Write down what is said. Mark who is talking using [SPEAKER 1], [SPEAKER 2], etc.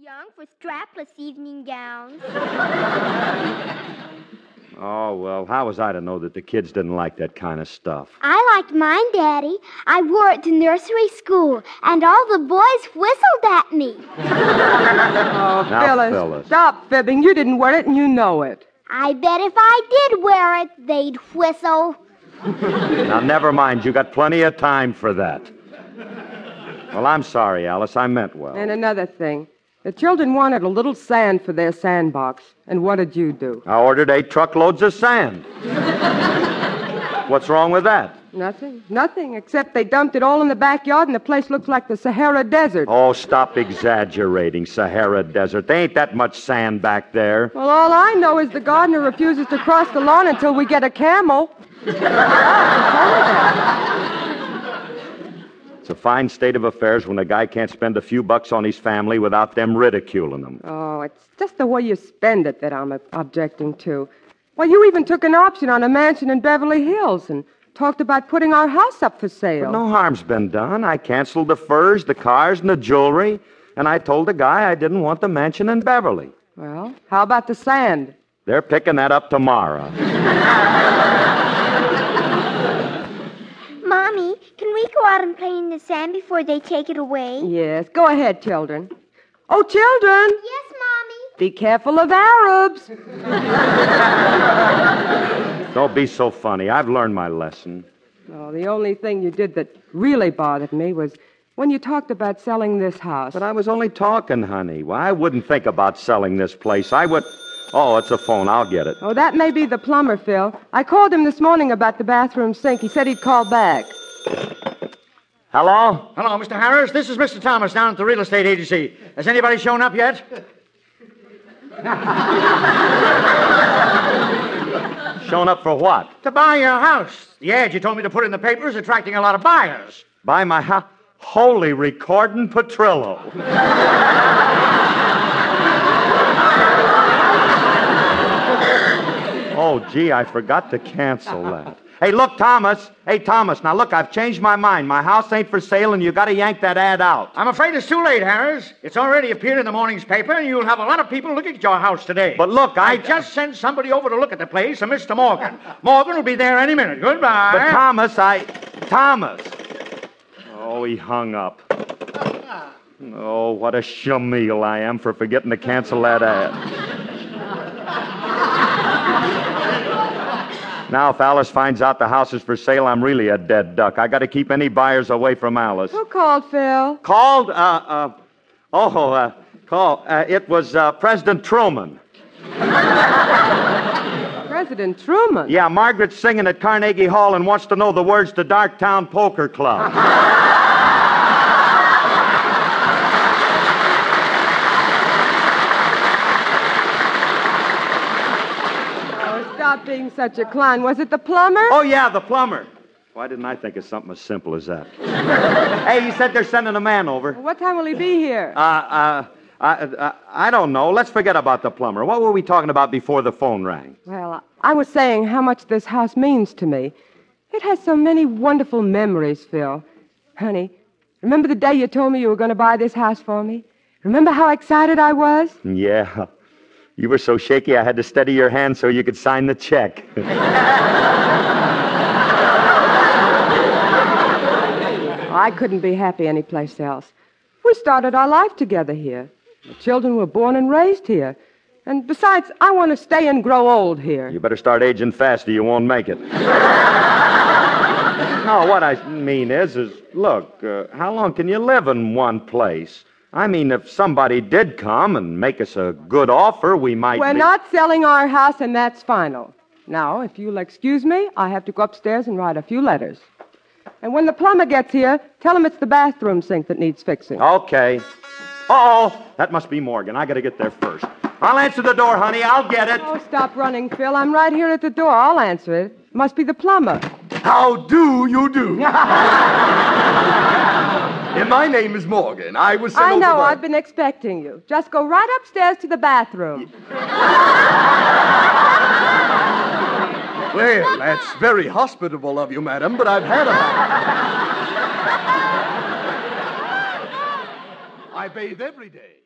[SPEAKER 1] young for strapless evening gowns.
[SPEAKER 2] Oh, well, how was I to know that the kids didn't like that kind of stuff?
[SPEAKER 1] I liked mine, Daddy. I wore it to nursery school, and all the boys whistled at me.
[SPEAKER 3] Oh,
[SPEAKER 2] Now,
[SPEAKER 3] Phyllis,
[SPEAKER 2] Phyllis.
[SPEAKER 3] stop fibbing. You didn't wear it, and you know it.
[SPEAKER 1] I bet if I did wear it, they'd whistle.
[SPEAKER 2] Now, never mind. You got plenty of time for that. Well, I'm sorry, Alice. I meant well.
[SPEAKER 3] And another thing, the children wanted a little sand for their sandbox. And what did you do?
[SPEAKER 2] I ordered eight truckloads of sand. What's wrong with that?
[SPEAKER 3] Nothing. Nothing, except they dumped it all in the backyard, and the place looks like the Sahara Desert.
[SPEAKER 2] Oh, stop exaggerating, Sahara Desert. There ain't that much sand back there.
[SPEAKER 3] Well, all I know is the gardener refuses to cross the lawn until we get a camel.
[SPEAKER 2] It's a fine state of affairs when a guy can't spend a few bucks on his family without them ridiculing him.
[SPEAKER 3] Oh, it's just the way you spend it that I'm ob- objecting to. Well, you even took an option on a mansion in Beverly Hills and talked about putting our house up for sale.
[SPEAKER 2] No harm's been done. I canceled the furs, the cars, and the jewelry, and I told the guy I didn't want the mansion in Beverly.
[SPEAKER 3] Well, how about the sand?
[SPEAKER 2] They're picking that up tomorrow.
[SPEAKER 1] Mommy, can we go out and play in the sand before they take it away?
[SPEAKER 3] Yes, go ahead, children. Oh, children,
[SPEAKER 1] Yes, Mommy.
[SPEAKER 3] be careful of Arabs.
[SPEAKER 2] Don't be so funny. I've learned my lesson.
[SPEAKER 3] Oh, the only thing you did that really bothered me was when you talked about selling this house.
[SPEAKER 2] But I was only talking, honey. Why I wouldn't think about selling this place. I would. Oh, it's a phone. I'll get it.
[SPEAKER 3] Oh, that may be the plumber, Phil. I called him this morning about the bathroom sink. He said he'd call back.
[SPEAKER 2] Hello?
[SPEAKER 4] Hello, Mr. Harris. This is Mr. Thomas down at the real estate agency. Has anybody shown up yet?
[SPEAKER 2] Showing up for what?
[SPEAKER 4] To buy your house. The ad you told me to put in the paper is attracting a lot of buyers.
[SPEAKER 2] By my house. Holy recording Patrillo. oh, gee, I forgot to cancel that. Hey, look, Thomas. Hey, Thomas. Now, look, I've changed my mind. My house ain't for sale, and you got to yank that ad out.
[SPEAKER 4] I'm afraid it's too late, Harris. It's already appeared in the morning's paper, and you'll have a lot of people looking at your house today.
[SPEAKER 2] But look, I-
[SPEAKER 4] I just sent somebody over to look at the place, a Mr. Morgan. Morgan will be there any minute. Goodbye.
[SPEAKER 2] But Thomas, I. Thomas. Oh, he hung up. Oh, what a shamil I am for forgetting to cancel that ad. now, if Alice finds out the house is for sale, I'm really a dead duck. I got to keep any buyers away from Alice.
[SPEAKER 3] Who called, Phil?
[SPEAKER 2] Called, uh, uh, oh, uh, call, uh, it was uh, President Truman.
[SPEAKER 3] President Truman.
[SPEAKER 2] Yeah, Margaret's singing at Carnegie Hall and wants to know the words to Darktown Poker Club.
[SPEAKER 3] Oh, stop being such a clown. Was it the plumber?
[SPEAKER 2] Oh, yeah, the plumber. Why didn't I think of something as simple as that? hey, you said they're sending a man over.
[SPEAKER 3] What time will he be here?
[SPEAKER 2] Uh, uh, I, uh, I don't know. Let's forget about the plumber. What were we talking about before the phone rang?
[SPEAKER 3] Well, I was saying how much this house means to me. It has so many wonderful memories, Phil. Honey, remember the day you told me you were going to buy this house for me? Remember how excited I was?
[SPEAKER 2] Yeah. You were so shaky, I had to steady your hand so you could sign the check.
[SPEAKER 3] I couldn't be happy anyplace else. We started our life together here. The children were born and raised here. And besides, I want to stay and grow old here.
[SPEAKER 2] you better start aging fast or you won't make it. no, what I mean is, is look, uh, how long can you live in one place? I mean, if somebody did come and make us a good offer, we might.
[SPEAKER 3] We're
[SPEAKER 2] be-
[SPEAKER 3] not selling our house, and that's final. Now, if you'll excuse me, I have to go upstairs and write a few letters. And when the plumber gets here, tell him it's the bathroom sink that needs fixing.
[SPEAKER 2] Okay. Oh, that must be Morgan. I got to get there first. I'll answer the door, honey. I'll get it.
[SPEAKER 3] Oh, stop running, Phil. I'm right here at the door. I'll answer it. Must be the plumber.
[SPEAKER 5] How do you do? and my name is Morgan. I was sent
[SPEAKER 3] I know.
[SPEAKER 5] over by-
[SPEAKER 3] I've been expecting you. Just go right upstairs to the bathroom.
[SPEAKER 5] Well, that's very hospitable of you, madam, but I've had a. I bathe every day.